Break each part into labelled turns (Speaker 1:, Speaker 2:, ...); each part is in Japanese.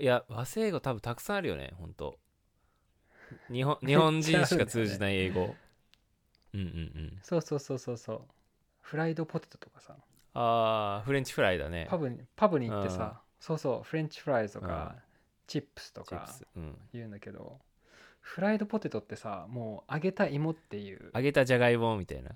Speaker 1: いや和製英語多分たくさんあるよね本当日本 日本人しか通じない英 語うんうんうん
Speaker 2: そうそうそうそうそうフライドポテトとかさ
Speaker 1: あーフレンチフライだね
Speaker 2: パブにパブに行ってさそうそうフレンチフライズとかチップスと
Speaker 1: チッ
Speaker 2: か
Speaker 1: プス、うん、
Speaker 2: 言うんだけどフライドポテトってさもう揚げた芋っていう
Speaker 1: 揚げたじゃがいもみたいな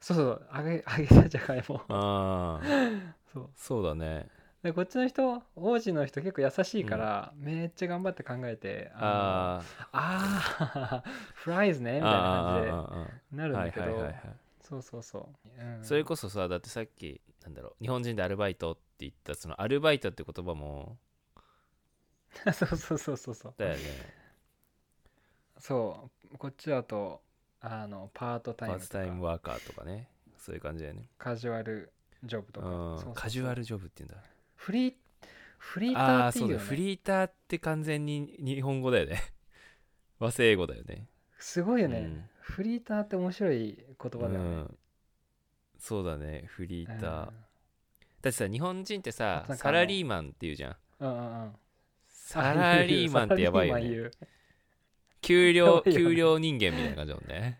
Speaker 2: そうそう揚げ揚げたじゃがいも
Speaker 1: あー
Speaker 2: そう
Speaker 1: そうだね
Speaker 2: でこっちの人王子の人結構優しいから、めっちゃ頑張って考えてあ
Speaker 1: あ
Speaker 2: のあーフライズ
Speaker 1: ー
Speaker 2: ねみたいな感
Speaker 1: あーあーあ
Speaker 2: じでな
Speaker 1: ー
Speaker 2: るん
Speaker 1: はい
Speaker 2: だけ
Speaker 1: はいはい
Speaker 2: ど
Speaker 1: はい
Speaker 2: そうそうそう、うん、
Speaker 1: それこそさだってさっきなんだろう日本人でアルバイトって言ったそのアルバイトって言葉も
Speaker 2: そうそうそうそうそう
Speaker 1: だよね
Speaker 2: そうこっちだとあのパートタ
Speaker 1: パ
Speaker 2: イム
Speaker 1: ー
Speaker 2: と
Speaker 1: ツ
Speaker 2: か
Speaker 1: タイムワーカーとかねそういう感じだよね
Speaker 2: カジュアルジョブとか
Speaker 1: うん
Speaker 2: そうそうそう
Speaker 1: カジュアルジョブって言うんだ
Speaker 2: フリーフリーター
Speaker 1: あ
Speaker 2: っ
Speaker 1: あ
Speaker 2: てい
Speaker 1: そううだ
Speaker 2: よ
Speaker 1: よフ
Speaker 2: ね
Speaker 1: リーターって完全に 日本語だよね和製英語だよね
Speaker 2: すごいよね、
Speaker 1: うん
Speaker 2: フリーターって面白い言葉だよね、
Speaker 1: うんそうだねフリーター、だ
Speaker 2: う
Speaker 1: ってさ日本人って
Speaker 2: あ
Speaker 1: さ
Speaker 2: となんか
Speaker 1: サ
Speaker 2: あの
Speaker 1: ラリーマンっていうじゃん
Speaker 2: んうんうんうん
Speaker 1: サラリーマンってやばいよ
Speaker 2: サラリー
Speaker 1: ね
Speaker 2: マン言う
Speaker 1: 給料
Speaker 2: やばいよね
Speaker 1: 給料人間みたいな感じだもんね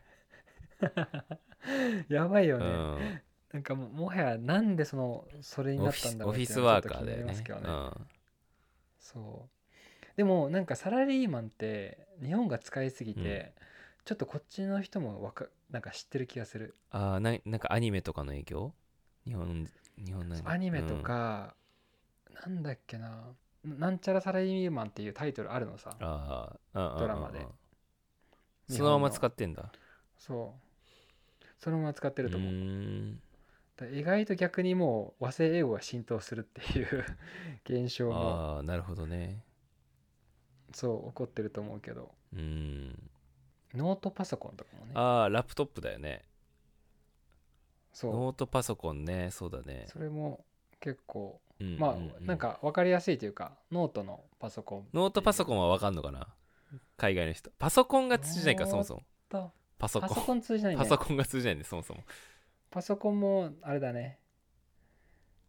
Speaker 2: やばいよ
Speaker 1: う
Speaker 2: ね、
Speaker 1: ん
Speaker 2: なんかもうもはやなんでそのそれに
Speaker 1: オ
Speaker 2: なっ
Speaker 1: フィ
Speaker 2: たん
Speaker 1: ス
Speaker 2: だろ
Speaker 1: オ
Speaker 2: う
Speaker 1: フ
Speaker 2: って
Speaker 1: ィ
Speaker 2: いう
Speaker 1: ス
Speaker 2: のは
Speaker 1: ワ
Speaker 2: ち
Speaker 1: ー
Speaker 2: ょっ
Speaker 1: カー
Speaker 2: と気
Speaker 1: だ
Speaker 2: になり
Speaker 1: よ
Speaker 2: ま
Speaker 1: ね
Speaker 2: すけどね
Speaker 1: うん
Speaker 2: そうでもなんかサラリーマンって日本が使いすぎて、ちょっとこっちの人もわかなんか知ってる気がする
Speaker 1: ああななんかアニメとかの影響日本日本の
Speaker 2: アニメと、か、なんだっけななんちゃらサラリーマンっていうタイトルあるのさ
Speaker 1: うんあーあ
Speaker 2: ドラマで
Speaker 1: そのまま使
Speaker 2: っ
Speaker 1: ってんだ
Speaker 2: そうそのまま使ってると思う
Speaker 1: うーん
Speaker 2: だから意外と逆にもう和製英語が浸透するっていう 現象も
Speaker 1: ああなるほどね
Speaker 2: そう起こってると思うけど
Speaker 1: うーん
Speaker 2: ノートパソコンとかもね
Speaker 1: ああラップトップだよね
Speaker 2: そ
Speaker 1: ノートパソコンねそうだね
Speaker 2: うそれも結構
Speaker 1: うん
Speaker 2: まあ、
Speaker 1: うう
Speaker 2: なんか分かりやすいというかノートのパソコン
Speaker 1: ノートパソコ
Speaker 2: ン
Speaker 1: ンはわかんのかな海外の人パソコンが通じないから
Speaker 2: ノー
Speaker 1: そもそも
Speaker 2: と
Speaker 1: パソコ
Speaker 2: パ
Speaker 1: ン
Speaker 2: ソコン通じないね
Speaker 1: パソコンが通じないんでそもそも
Speaker 2: パソコンもあれだね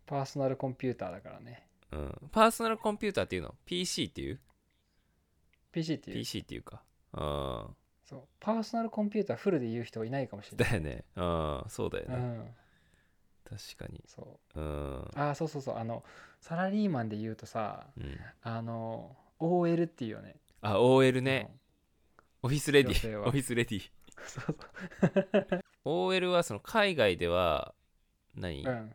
Speaker 2: パーソナルコンピューターだからね
Speaker 1: うんパーソナルコンピューターっていうの PC っていう
Speaker 2: PC っていう
Speaker 1: PC っていうかうん
Speaker 2: そうパーソナルコンピューターフルで言う人いないかもしれない
Speaker 1: だよねうんそうだよ
Speaker 2: う
Speaker 1: ね
Speaker 2: ん
Speaker 1: 確かに
Speaker 2: そう
Speaker 1: うん
Speaker 2: ああそうそうそうあのサラリーマンで言うとさ
Speaker 1: うん
Speaker 2: あの OL っていうよね
Speaker 1: あ OL ねオフィスレデ
Speaker 2: 女性
Speaker 1: ィ
Speaker 2: は
Speaker 1: オフィスレディ
Speaker 2: あのそう
Speaker 1: OL はその海外では何、
Speaker 2: そううん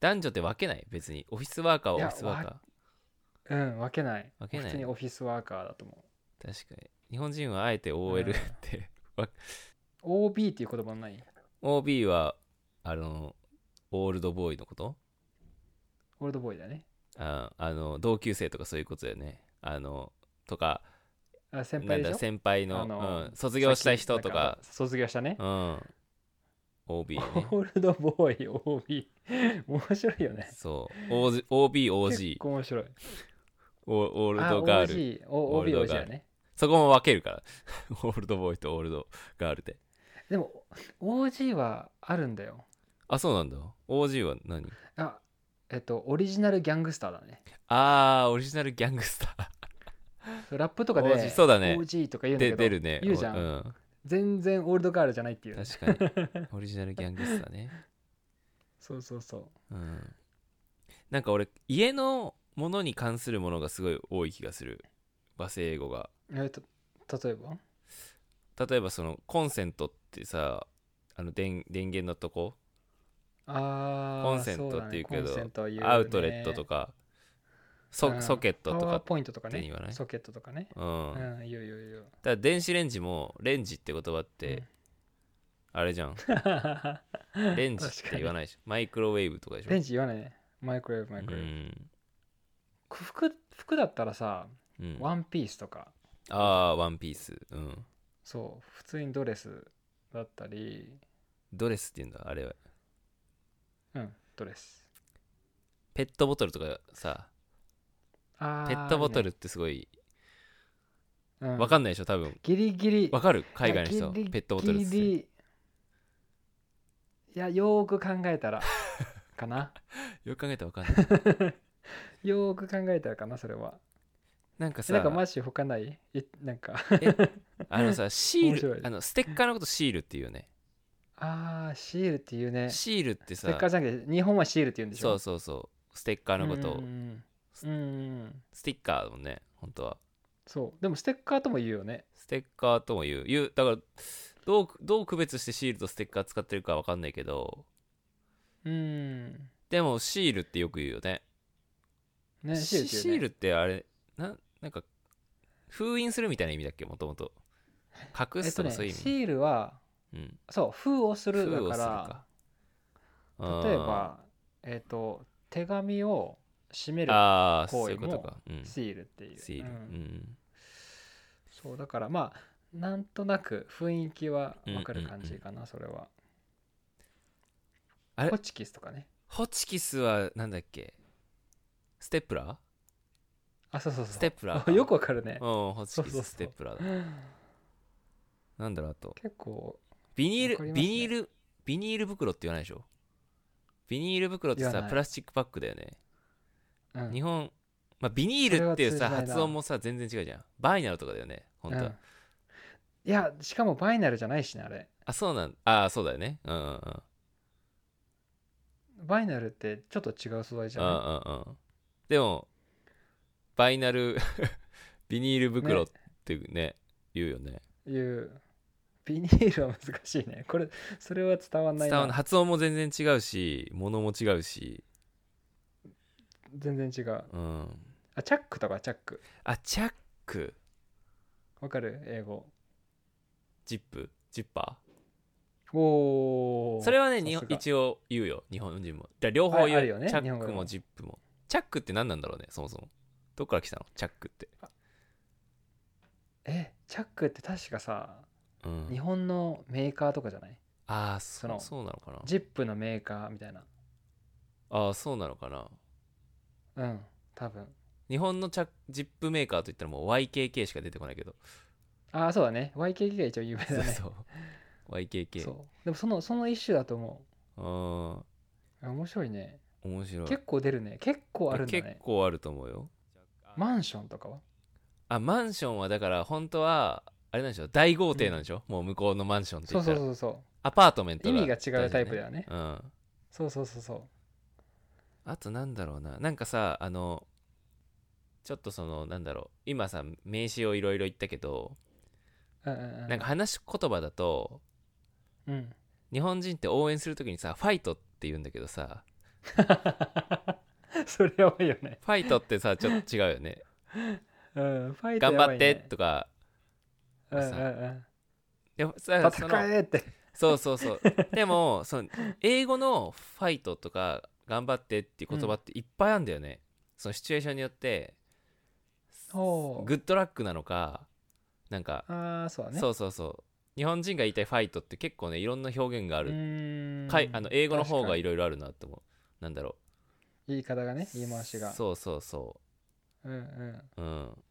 Speaker 1: 男女って分けない別にオフィスワーカーはいオ
Speaker 2: や
Speaker 1: フィスワーカ
Speaker 2: うん分けない
Speaker 1: 分けない
Speaker 2: 普通にオフィスワーカーだと思う
Speaker 1: ー確かに日本人はあえて OL
Speaker 2: う
Speaker 1: っ
Speaker 2: ん
Speaker 1: て、
Speaker 2: OB っていう言葉ない
Speaker 1: OB はあのオールドボーイのこと
Speaker 2: オールドボーイだね
Speaker 1: ああの同級生とかそういうことだよねあのとか
Speaker 2: あ先
Speaker 1: な
Speaker 2: 輩
Speaker 1: ん
Speaker 2: でし
Speaker 1: だ
Speaker 2: ょ
Speaker 1: 先輩の
Speaker 2: あの
Speaker 1: うん、卒業したい人とか
Speaker 2: さっきなん卒業したね
Speaker 1: うん、OB ね
Speaker 2: オ ールドボーイ OB 面白いよね
Speaker 1: そう OBOG
Speaker 2: 結構面白い
Speaker 1: オール
Speaker 2: あ
Speaker 1: ドガール
Speaker 2: OG お OB
Speaker 1: オー
Speaker 2: OG
Speaker 1: ルドガール
Speaker 2: だね
Speaker 1: そこも分けるから オールドボーイとオールドガールで
Speaker 2: でも OG はあるんだよ
Speaker 1: あそうなんだ OG は何
Speaker 2: あえっとオリジナルギャングスターだね
Speaker 1: あーオリジナルギャングスタ
Speaker 2: そうラップと
Speaker 1: ー
Speaker 2: かで
Speaker 1: OG そうだね
Speaker 2: OG とか言うんだ
Speaker 1: で
Speaker 2: けど
Speaker 1: 出る ね
Speaker 2: 言うじゃん
Speaker 1: うん、
Speaker 2: 全然オールドガールじゃないっていう
Speaker 1: 確かにオリジナルギャングスターね、
Speaker 2: そうそうそう
Speaker 1: うん、なんか俺家のものに関するものがすごい多い気がする和製英語が
Speaker 2: えっと例えば
Speaker 1: 例えばそのコンセントってさあの電電源のとこ
Speaker 2: あー
Speaker 1: コンセントっていうけど
Speaker 2: そだねコンセントは言うね
Speaker 1: アウトレットとか
Speaker 2: う
Speaker 1: ソ
Speaker 2: ん
Speaker 1: ソケット
Speaker 2: パ
Speaker 1: と
Speaker 2: ワー
Speaker 1: か、
Speaker 2: ポイントとか
Speaker 1: って
Speaker 2: ね
Speaker 1: 言わない
Speaker 2: ソケットとかね
Speaker 1: うん
Speaker 2: う
Speaker 1: だか
Speaker 2: ん言う言う言う
Speaker 1: ら電子レンジもレンジって言葉っ
Speaker 2: うん
Speaker 1: てあれじゃ んレンジって言わな
Speaker 2: ない
Speaker 1: いでしょマイクロウェーブとかでしょ
Speaker 2: レンジ言わないねマイクロウェーブマイク
Speaker 1: う
Speaker 2: ロウェーブ
Speaker 1: ん
Speaker 2: 服服だったらさ
Speaker 1: うん、
Speaker 2: ワンピースとか
Speaker 1: ああワンピースうん
Speaker 2: そう普通にドレスだったり
Speaker 1: ドレスって言うんだあれは
Speaker 2: うんドレス
Speaker 1: ペットボトルとかさ
Speaker 2: あー
Speaker 1: ペットボト
Speaker 2: いい
Speaker 1: ルってすごい
Speaker 2: ねうん
Speaker 1: わかんないでしょ多分
Speaker 2: ギリギリ
Speaker 1: わかる海外の人
Speaker 2: いやギリ
Speaker 1: ペットボトルっつっ
Speaker 2: ギリ
Speaker 1: て
Speaker 2: いやよーく考えたらかな
Speaker 1: よく考えたらわかんない
Speaker 2: よーく考えたらかなそれは
Speaker 1: なんか
Speaker 2: え
Speaker 1: さ
Speaker 2: なんかマッシュ他ないえなんか
Speaker 1: あのさシ
Speaker 2: 面
Speaker 1: ー
Speaker 2: 白
Speaker 1: ル
Speaker 2: い
Speaker 1: あのステッカーのことシールっていうよね
Speaker 2: あーシールっていうねス
Speaker 1: シールって
Speaker 2: テ
Speaker 1: さ
Speaker 2: ッカーじゃなくて日本はシールって言うんでし
Speaker 1: そ
Speaker 2: ょ
Speaker 1: うそうそうステッカーのこと
Speaker 2: う
Speaker 1: を
Speaker 2: んうんうんうんうん
Speaker 1: ステッカーだもんね本当は
Speaker 2: そうでもステッカーとも言うよね
Speaker 1: ステッカーとも言う言うだからどうどう区別してシールとステッカー使ってるかわかんないけど
Speaker 2: うん
Speaker 1: でもシールってよく言うよね
Speaker 2: ねシール
Speaker 1: シ
Speaker 2: っていう
Speaker 1: シ
Speaker 2: ね
Speaker 1: ールってあれななんか封印するみたいな意味だっけもともと隠
Speaker 2: えっ
Speaker 1: す
Speaker 2: と
Speaker 1: とか
Speaker 2: ね
Speaker 1: そういう意味、
Speaker 2: シールは
Speaker 1: うん、
Speaker 2: そう封をするだ
Speaker 1: 封を
Speaker 2: か
Speaker 1: する
Speaker 2: ら
Speaker 1: か
Speaker 2: 例えばえっ、と手紙を締
Speaker 1: あ
Speaker 2: め
Speaker 1: ー
Speaker 2: る
Speaker 1: あー
Speaker 2: 行
Speaker 1: そう
Speaker 2: 為
Speaker 1: いう
Speaker 2: も
Speaker 1: ことか、うん、シ
Speaker 2: シールっていう、
Speaker 1: ール、
Speaker 2: う
Speaker 1: うんん
Speaker 2: そうだからまあなんとなく雰囲気はわかる感じかな、それは
Speaker 1: あれ
Speaker 2: ホチキスとかね
Speaker 1: ホチキスはなんだっけステップラー
Speaker 2: あそうそうそう
Speaker 1: ステップラーか
Speaker 2: よくわかるね
Speaker 1: うんホチ
Speaker 2: そう
Speaker 1: キ
Speaker 2: そうそう
Speaker 1: スステップラーだなんだろうあと
Speaker 2: 結構
Speaker 1: ビニー
Speaker 2: わか
Speaker 1: ル、
Speaker 2: りますね
Speaker 1: ビニールビニール袋って言わないでしょビニール袋って
Speaker 2: 言わ
Speaker 1: さ
Speaker 2: ない
Speaker 1: プラスチックパックだよね
Speaker 2: うん
Speaker 1: 日本、まあ、ビニールっていう
Speaker 2: それ
Speaker 1: さ
Speaker 2: は通じないな
Speaker 1: 発音もさ全然違うじゃんバイナルとかだよね本当は、
Speaker 2: うんいやしかもバイナルじゃないしねあれ
Speaker 1: あそうなんあそうだよねうんうんうんうん
Speaker 2: バイナルってちょっと違う素材じゃ
Speaker 1: う
Speaker 2: なん
Speaker 1: うんでもバイナル ビニール袋ってね言うよね
Speaker 2: いいうビニールは難しいねこれそれは伝わんない
Speaker 1: 伝
Speaker 2: な
Speaker 1: わんない発音も全然違うし物も違うし
Speaker 2: 全然違う
Speaker 1: うん
Speaker 2: あチャックとかチャック
Speaker 1: あチャック
Speaker 2: わかる英語
Speaker 1: ジップジッパ
Speaker 2: おお
Speaker 1: ーそれはね日
Speaker 2: さ
Speaker 1: 本
Speaker 2: すが
Speaker 1: 一応言うよ日本人もだから両方言
Speaker 2: ああ
Speaker 1: う
Speaker 2: るよね
Speaker 1: チャ
Speaker 2: 日
Speaker 1: ッ
Speaker 2: 本
Speaker 1: ク
Speaker 2: 語で
Speaker 1: も
Speaker 2: も
Speaker 1: ジップもチャックって何なんだろうねそもそもどっから来たのチャックって、
Speaker 2: えチャックって確かさ
Speaker 1: う
Speaker 2: 日
Speaker 1: ん、
Speaker 2: 本のメーカーとかじゃない
Speaker 1: ああ
Speaker 2: そ
Speaker 1: そ
Speaker 2: の
Speaker 1: そうなのかな
Speaker 2: ジップのメーカーみたいな
Speaker 1: ああそうなのかな
Speaker 2: うん多分
Speaker 1: 日本のチャジップメーカーといったらもう YKK しか出てこないけ ど、
Speaker 2: ああそうだね YKK が一応有名だ
Speaker 1: そう
Speaker 2: ね
Speaker 1: そう YKK
Speaker 2: そうでもそのその一種だと思
Speaker 1: あ
Speaker 2: うあ面白いね
Speaker 1: あ面白い
Speaker 2: 結構出るね結構あるんだ
Speaker 1: 結
Speaker 2: ね
Speaker 1: 構あると思うよ
Speaker 2: マンションとかは
Speaker 1: あマンションはだから本当はあれなんでしょ大豪邸なんでしょ、もう向こうのマンションって
Speaker 2: そ
Speaker 1: 言
Speaker 2: う
Speaker 1: った
Speaker 2: そう
Speaker 1: ら
Speaker 2: そうそ
Speaker 1: アパートメン
Speaker 2: う
Speaker 1: ト
Speaker 2: 意
Speaker 1: が
Speaker 2: 味が違うタイプだ
Speaker 1: ね
Speaker 2: よね
Speaker 1: うん
Speaker 2: そうそうそうそう
Speaker 1: あとなんだろうななんかさあのちょっとそのなんだろう今さ名詞をいろいろ言ったけど、
Speaker 2: うんうんうん
Speaker 1: なんか話し言葉だと
Speaker 2: うん
Speaker 1: 日本人って応援するときにさファイトって言うんだけどさ
Speaker 2: それやばいよね
Speaker 1: ファイトって さちょっと違うよね
Speaker 2: うんファイト
Speaker 1: 頑
Speaker 2: やば
Speaker 1: 張
Speaker 2: い
Speaker 1: って
Speaker 2: ね
Speaker 1: とか
Speaker 2: うんうん
Speaker 1: でも
Speaker 2: う
Speaker 1: さ
Speaker 2: ん
Speaker 1: そ
Speaker 2: 戦
Speaker 1: の
Speaker 2: えって
Speaker 1: そうそうそうでもその英語の「ファイト」とか「頑張って」っていう言葉っていっぱいあるんだよね、そのシチュエーションによって
Speaker 2: ほう
Speaker 1: グッドラックなのかなんか、
Speaker 2: ああそうだね
Speaker 1: そうそうそう日本人が言いたい「ファイト」って結構ねいろんな表現があ
Speaker 2: う
Speaker 1: る、
Speaker 2: ーん
Speaker 1: かいあの英語の方がい
Speaker 2: る
Speaker 1: ろいろあるなと思うなんだろ
Speaker 2: 言い方が
Speaker 1: う、
Speaker 2: ね言い回しが
Speaker 1: そうそうそ
Speaker 2: うんうん
Speaker 1: ううん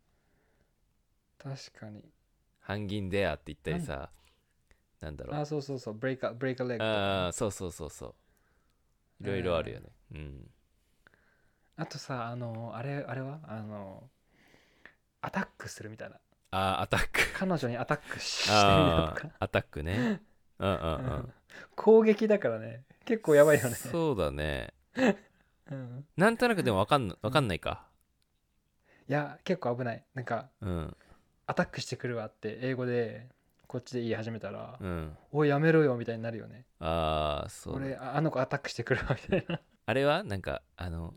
Speaker 2: 確かに
Speaker 1: 「ハンギンデア」って言ったりさなんだろう
Speaker 2: あそうそうそうブレイクアブレイクレッグとかね
Speaker 1: ああそうそうそうそういろいろあるよねうん
Speaker 2: あとさあのあれあれはあのアタックするみたいな
Speaker 1: あーアタック
Speaker 2: 彼女にアタック ししてみ
Speaker 1: あ
Speaker 2: たと
Speaker 1: ー
Speaker 2: か
Speaker 1: アタックねうんうんう
Speaker 2: うん ん攻撃だからね結構やばいよね
Speaker 1: そうだね
Speaker 2: うん
Speaker 1: なんとなくでもわかんわかんないか
Speaker 2: いや結構危ないなんか
Speaker 1: うん
Speaker 2: アタックしてくるわって英語でこっちで言い始めたら
Speaker 1: うん
Speaker 2: おいやめろよみたいになるよね
Speaker 1: ああそうだ
Speaker 2: 俺ああの子アタックしてくるわみ たいな
Speaker 1: あれはなんかあの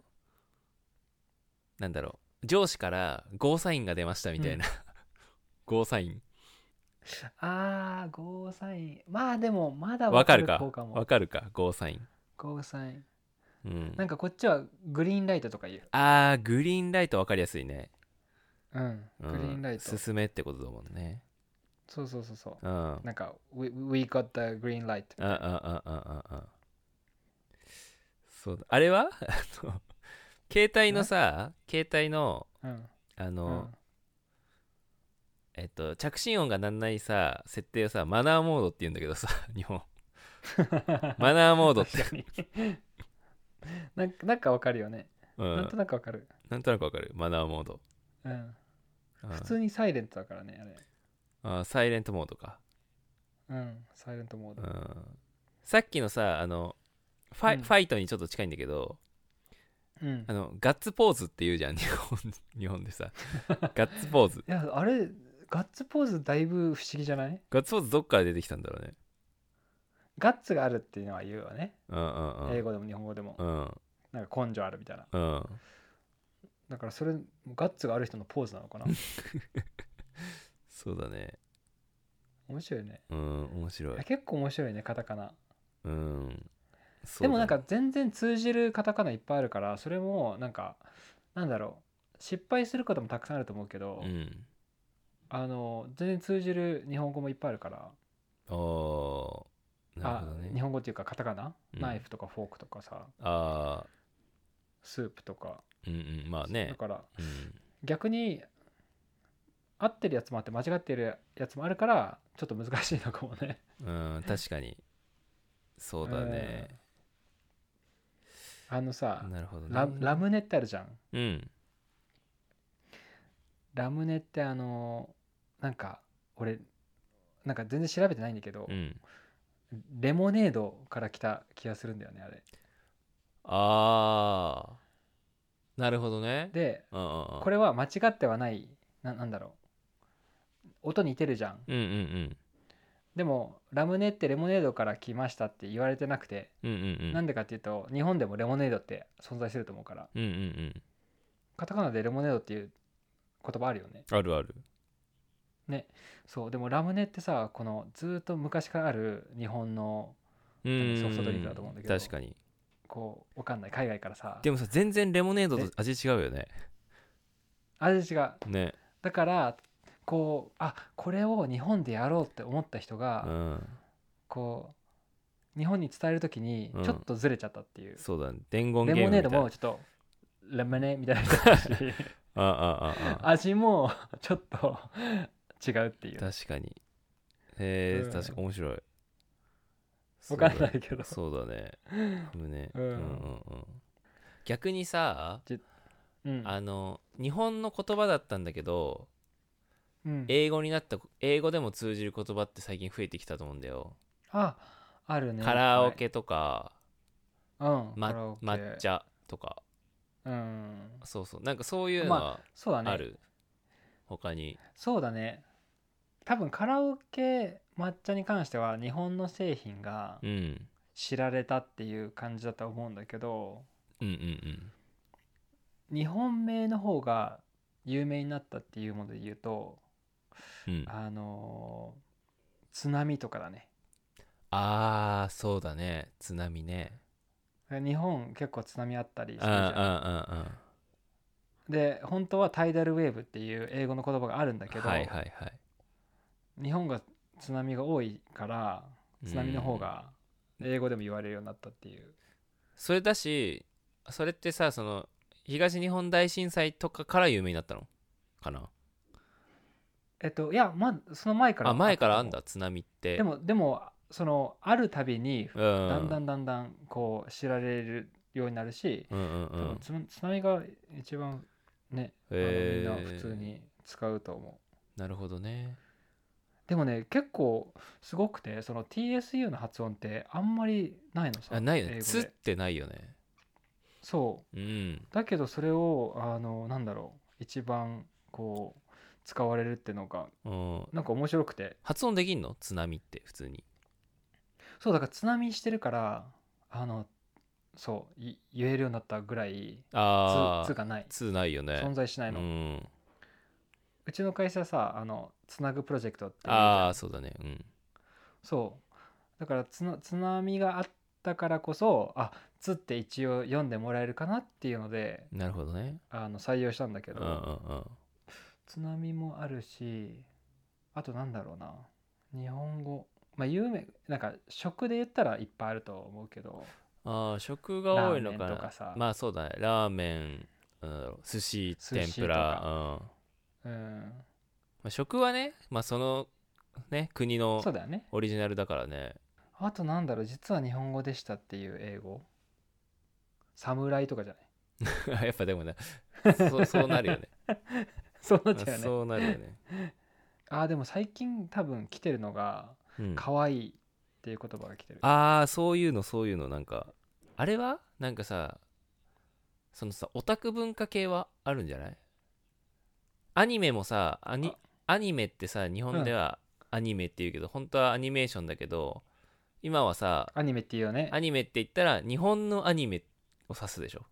Speaker 1: なんだろう上司からゴーサインが出ましたみたいな、 ゴーサイン
Speaker 2: あーゴーサインまあでもまだ
Speaker 1: わかるか
Speaker 2: 方か
Speaker 1: わ
Speaker 2: も
Speaker 1: かるかゴーサイン、
Speaker 2: ゴーサイン
Speaker 1: うん
Speaker 2: なんかこっちはグリーンライトとか言う
Speaker 1: あーグリーンライトわかりやすいね、
Speaker 2: うん
Speaker 1: うん
Speaker 2: グリーンライトそう
Speaker 1: 進めってことだもんね
Speaker 2: そうそうそう
Speaker 1: うんあ
Speaker 2: なんか、we, we got the green light.
Speaker 1: ああああああそうだあれは あの携帯のさ携帯の
Speaker 2: うん。
Speaker 1: あ
Speaker 2: う
Speaker 1: の、
Speaker 2: ん、
Speaker 1: えっと、着信音が鳴らないさ設定をさマナーモードって言うんだけどさ日本マナーモードって
Speaker 2: 確かになんかなんかわかるよね。
Speaker 1: う
Speaker 2: なんんとなくわかる、
Speaker 1: なんとなくわかるマナーモード
Speaker 2: うん、
Speaker 1: うん
Speaker 2: 普通にサイレントだからねあれ
Speaker 1: あーサイレントモードか
Speaker 2: うんサイレントモー
Speaker 1: う
Speaker 2: ド、
Speaker 1: んさっきのさあのファイ,、
Speaker 2: うん
Speaker 1: ファイトにちょっと近いんだけど
Speaker 2: うん
Speaker 1: あ、のガッツポーズって言うじゃん日本 日本で さガッツポーズ
Speaker 2: いやあれガッツポーズだいぶ不思議じゃない
Speaker 1: ガッツポーズどっから出てきたんだろうね
Speaker 2: ガッツがあるっていうのは言うよね、
Speaker 1: うんうんう
Speaker 2: 英
Speaker 1: ん
Speaker 2: 語でも日本語でも、
Speaker 1: うん
Speaker 2: なんか根性あるみたいな
Speaker 1: うん
Speaker 2: だからそれガッツがある人のポーズなのかな
Speaker 1: そうだね
Speaker 2: 面白いね
Speaker 1: うん面白
Speaker 2: い
Speaker 1: い
Speaker 2: や結構面白いねカタカナ
Speaker 1: うんそう
Speaker 2: でもな
Speaker 1: だ
Speaker 2: んか全然通じるカタカナいっぱいあるからそれもなんかなんだろう失敗することもたくさんあると思うけど、
Speaker 1: うん
Speaker 2: あの全然通じる日本語もいっぱいあるから、
Speaker 1: あーなる
Speaker 2: あ
Speaker 1: ほど
Speaker 2: 日
Speaker 1: ね
Speaker 2: 本語っていうかカタカナ、
Speaker 1: うん
Speaker 2: ナイフとかフォークとかさ
Speaker 1: あ
Speaker 2: スープとか、
Speaker 1: ーうんうんまあ
Speaker 2: だ
Speaker 1: ね
Speaker 2: から
Speaker 1: うん
Speaker 2: 逆に合ってるやつもあって間違ってるやつもあるからちょっと難しいのかもね
Speaker 1: うん確かにそうだね
Speaker 2: あのさ
Speaker 1: なるほどね
Speaker 2: ララムネってあるじゃん
Speaker 1: うん
Speaker 2: ラムネってあのなんか俺なんか全然調べてないんだけど、
Speaker 1: うん
Speaker 2: レモネードから来た気がするんだよねあれ
Speaker 1: ああなるほどね
Speaker 2: で
Speaker 1: うんうんうん
Speaker 2: これは間違ってはないななんだろう音似てるじゃん
Speaker 1: うんうん
Speaker 2: でもラムネってレモネードから来ましたって言われてなくて、
Speaker 1: うんうんうんうん
Speaker 2: なんでかっていうと日本でもレモネードって存在すると思うから
Speaker 1: うんうんうん
Speaker 2: カタカナでレモネードっていう言葉あるよね
Speaker 1: あるある
Speaker 2: そうでもラムネってさこのずーっと昔からある日本の
Speaker 1: うん
Speaker 2: ソフトドリンクだと思うんだけど
Speaker 1: 確かに
Speaker 2: こうわかんない海外からさ
Speaker 1: でもさ全然レモネードと味違うよね
Speaker 2: 味が
Speaker 1: ね
Speaker 2: だからこうあこれを日本でやろうって思った人が、
Speaker 1: うん
Speaker 2: こう日本に伝える時に
Speaker 1: うん
Speaker 2: ちょっとずれちゃったっていう、
Speaker 1: そうだね伝言ゲー
Speaker 2: レ
Speaker 1: ム
Speaker 2: モ
Speaker 1: みた
Speaker 2: ネー
Speaker 1: いな
Speaker 2: ドもちょっとレモネみたいな人だし
Speaker 1: あああああ
Speaker 2: 味もちょっと違うっていう
Speaker 1: 確かにへ
Speaker 2: う
Speaker 1: え
Speaker 2: ん
Speaker 1: 確か面白い
Speaker 2: わかんないけど
Speaker 1: そうだねそうだね
Speaker 2: う
Speaker 1: うんんうんうん逆にさ
Speaker 2: うん
Speaker 1: あの日本の言葉だったんだけど
Speaker 2: うん
Speaker 1: 英語になった英語でも通じる言葉って最近増えてきたと思うんだよ、
Speaker 2: ああるね
Speaker 1: カラオ、ケとか、
Speaker 2: はいうん、
Speaker 1: ま
Speaker 2: カラオケ
Speaker 1: 抹茶とか
Speaker 2: うん
Speaker 1: そうそうなんかそういうのは
Speaker 2: そうだね
Speaker 1: ある、他に
Speaker 2: そうだね多分カラオケ抹茶に関しては日本の製品が
Speaker 1: うん
Speaker 2: 知られたっていう感じだと思うんだけど、
Speaker 1: うんうん
Speaker 2: 日本名の方が有名になったっていうもので言うと
Speaker 1: うんうんあ
Speaker 2: あのー津波とかだね
Speaker 1: あーそうだね津波ね
Speaker 2: 日本結構津波あったりして
Speaker 1: あ
Speaker 2: るじゃん
Speaker 1: ああ
Speaker 2: で本当はタイダルウェーブっていう英語の言葉があるんだけ
Speaker 1: あ
Speaker 2: ど、
Speaker 1: はいはいはい
Speaker 2: 日本が津波が多いから津波の方が英語でも言われるようになったっていう、
Speaker 1: それだしそれってさその東日本大震災とかから有名になったのかな
Speaker 2: えっといやまその前から
Speaker 1: あ前からあん
Speaker 2: った
Speaker 1: だ津波って
Speaker 2: と思うでもでもそのあるたびに
Speaker 1: うん
Speaker 2: だんだんだんだんこう知られるようになるし、
Speaker 1: うんうんう
Speaker 2: 多分
Speaker 1: ん
Speaker 2: つむ津波が一番ね、あの
Speaker 1: へー
Speaker 2: みんな普通に使うと思う
Speaker 1: なるほどね
Speaker 2: でもね結構すごくてその TSU の発音ってあんまりないのさ
Speaker 1: あないよ
Speaker 2: 英
Speaker 1: ね
Speaker 2: 語
Speaker 1: つっ
Speaker 2: で
Speaker 1: てないよね
Speaker 2: そう
Speaker 1: うん
Speaker 2: だけどそれをあのなんだろう一番こう使われるってのが
Speaker 1: うん
Speaker 2: なんか面白くて
Speaker 1: 発音できんの津波って普通に
Speaker 2: そうだから津波してるからあのそうい言えるようになったぐらい
Speaker 1: あ
Speaker 2: 「つ」
Speaker 1: あ
Speaker 2: つがない
Speaker 1: つないよね
Speaker 2: 存在しないの、
Speaker 1: う、
Speaker 2: うんちの会社さあのつなぐプロジェクトっていうじゃん
Speaker 1: ああそうだねうん
Speaker 2: そうだから津津波があったからこそあ津って一応読んでもらえるかなっていうので
Speaker 1: なるほどね
Speaker 2: あの採用したんだけ
Speaker 1: うん
Speaker 2: ど、
Speaker 1: うんうん
Speaker 2: 津波もあるしあとなんだろうな日本語まあ有名なんか食で言ったらいっぱいあると思うけど
Speaker 1: ああ食が多いのか
Speaker 2: ラーメ
Speaker 1: な
Speaker 2: ンとかさ
Speaker 1: まあそうだねラーメンなんだろう寿司
Speaker 2: 司
Speaker 1: 天ぷら
Speaker 2: と
Speaker 1: う
Speaker 2: か
Speaker 1: ん
Speaker 2: うん
Speaker 1: まあ、食はねまあそのね国の
Speaker 2: そうだよね
Speaker 1: オリジナルだからね
Speaker 2: あとなんだろう実は日本語でしたっていう英語侍とかじゃない
Speaker 1: やっぱでもねそうそうなるよね
Speaker 2: そうなっちゃうよね
Speaker 1: そうなるよね、
Speaker 2: あーでも最近多分来てるのが
Speaker 1: うん
Speaker 2: 「可愛いっていう言葉が来てる
Speaker 1: ああそういうのそういうのなんかあれはなんかさそのさオタク文化系はあるんじゃないアニメもさアニアニメってさ日本ではアニメって言うけど、本当はアニメーションだけど今はさ
Speaker 2: アニメっていうよね
Speaker 1: アニメって言ったら日本のアニメを指すでしょ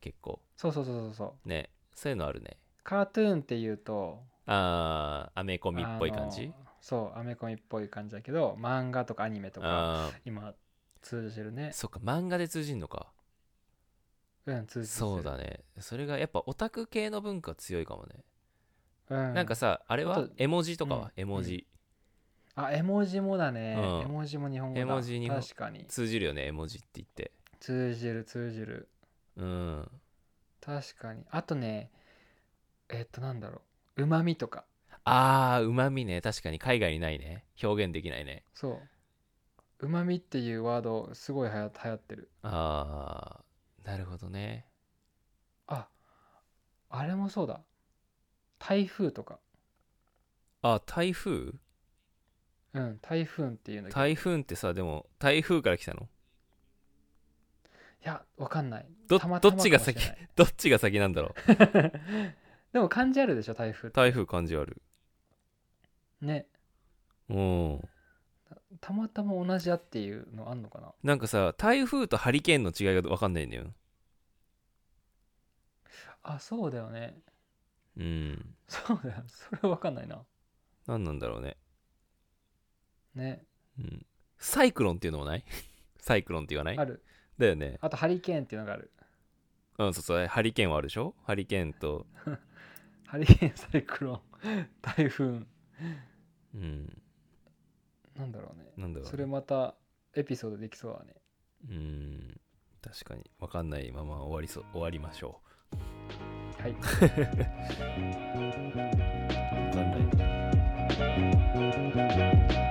Speaker 1: 結構
Speaker 2: そうそうそうそうそう
Speaker 1: ねそういうのあるね
Speaker 2: カートゥーンっていうと
Speaker 1: あーアメコミっぽい感
Speaker 2: あ
Speaker 1: じ
Speaker 2: のそうアメコミっぽい感じだけど漫画とかアニメとか
Speaker 1: あ
Speaker 2: 今通じてる
Speaker 1: あ
Speaker 2: ね
Speaker 1: そっか漫画で通じんのか
Speaker 2: うん通じてる
Speaker 1: そうだねそれがやっぱオタク系の文化強いかもね
Speaker 2: うん
Speaker 1: なんかさあれ
Speaker 2: あ
Speaker 1: は
Speaker 2: と
Speaker 1: 絵文字とかは、
Speaker 2: うん
Speaker 1: 絵文字、
Speaker 2: あ絵文字もだね、
Speaker 1: うん
Speaker 2: 絵文字も日本語だ
Speaker 1: 絵文字日本
Speaker 2: 確かに
Speaker 1: 通じるよね絵文字って言って
Speaker 2: 通じる通じる
Speaker 1: うん
Speaker 2: 確かにあとねえっとなんだろううまみとか
Speaker 1: あーうまみね確かに海外にないね表現できないね
Speaker 2: そううまみっていうワードすごいはや流行ってる
Speaker 1: あーなるほどね
Speaker 2: ああれもそうだ台風とか
Speaker 1: あ台風
Speaker 2: うん台風っていうのい
Speaker 1: 台風ってさでも台風から来たの
Speaker 2: やわかんない
Speaker 1: ど
Speaker 2: たまたま
Speaker 1: どっちが
Speaker 2: かもしれ
Speaker 1: 先
Speaker 2: ない
Speaker 1: どっちが先なんだろう
Speaker 2: でも漢字あるでしょ台風って
Speaker 1: 台風感じある
Speaker 2: ね
Speaker 1: うん
Speaker 2: たまたま同じだっていうのあんのかな
Speaker 1: なんかさ台風とハリケーンの違いが分かんないんだよ
Speaker 2: あそうだよね
Speaker 1: うん
Speaker 2: そうだよそれはわかんないな
Speaker 1: 何なんだろうね、
Speaker 2: ね
Speaker 1: うん、サイクロンっていうのもない サイクロンって言わない
Speaker 2: ある
Speaker 1: だよね
Speaker 2: あとハリケーンっていうのがある
Speaker 1: うん、そうそう、ハリケーンはあるでしょハリケーンと、
Speaker 2: ハリケーンサイクロン 台風
Speaker 1: うん、
Speaker 2: なんだろうね
Speaker 1: なんだろうね、
Speaker 2: それまたエピソードできそうだね
Speaker 1: うん、確かに、わかんないまま終わりそう、終わりましょ
Speaker 2: はい
Speaker 1: う。わかんない。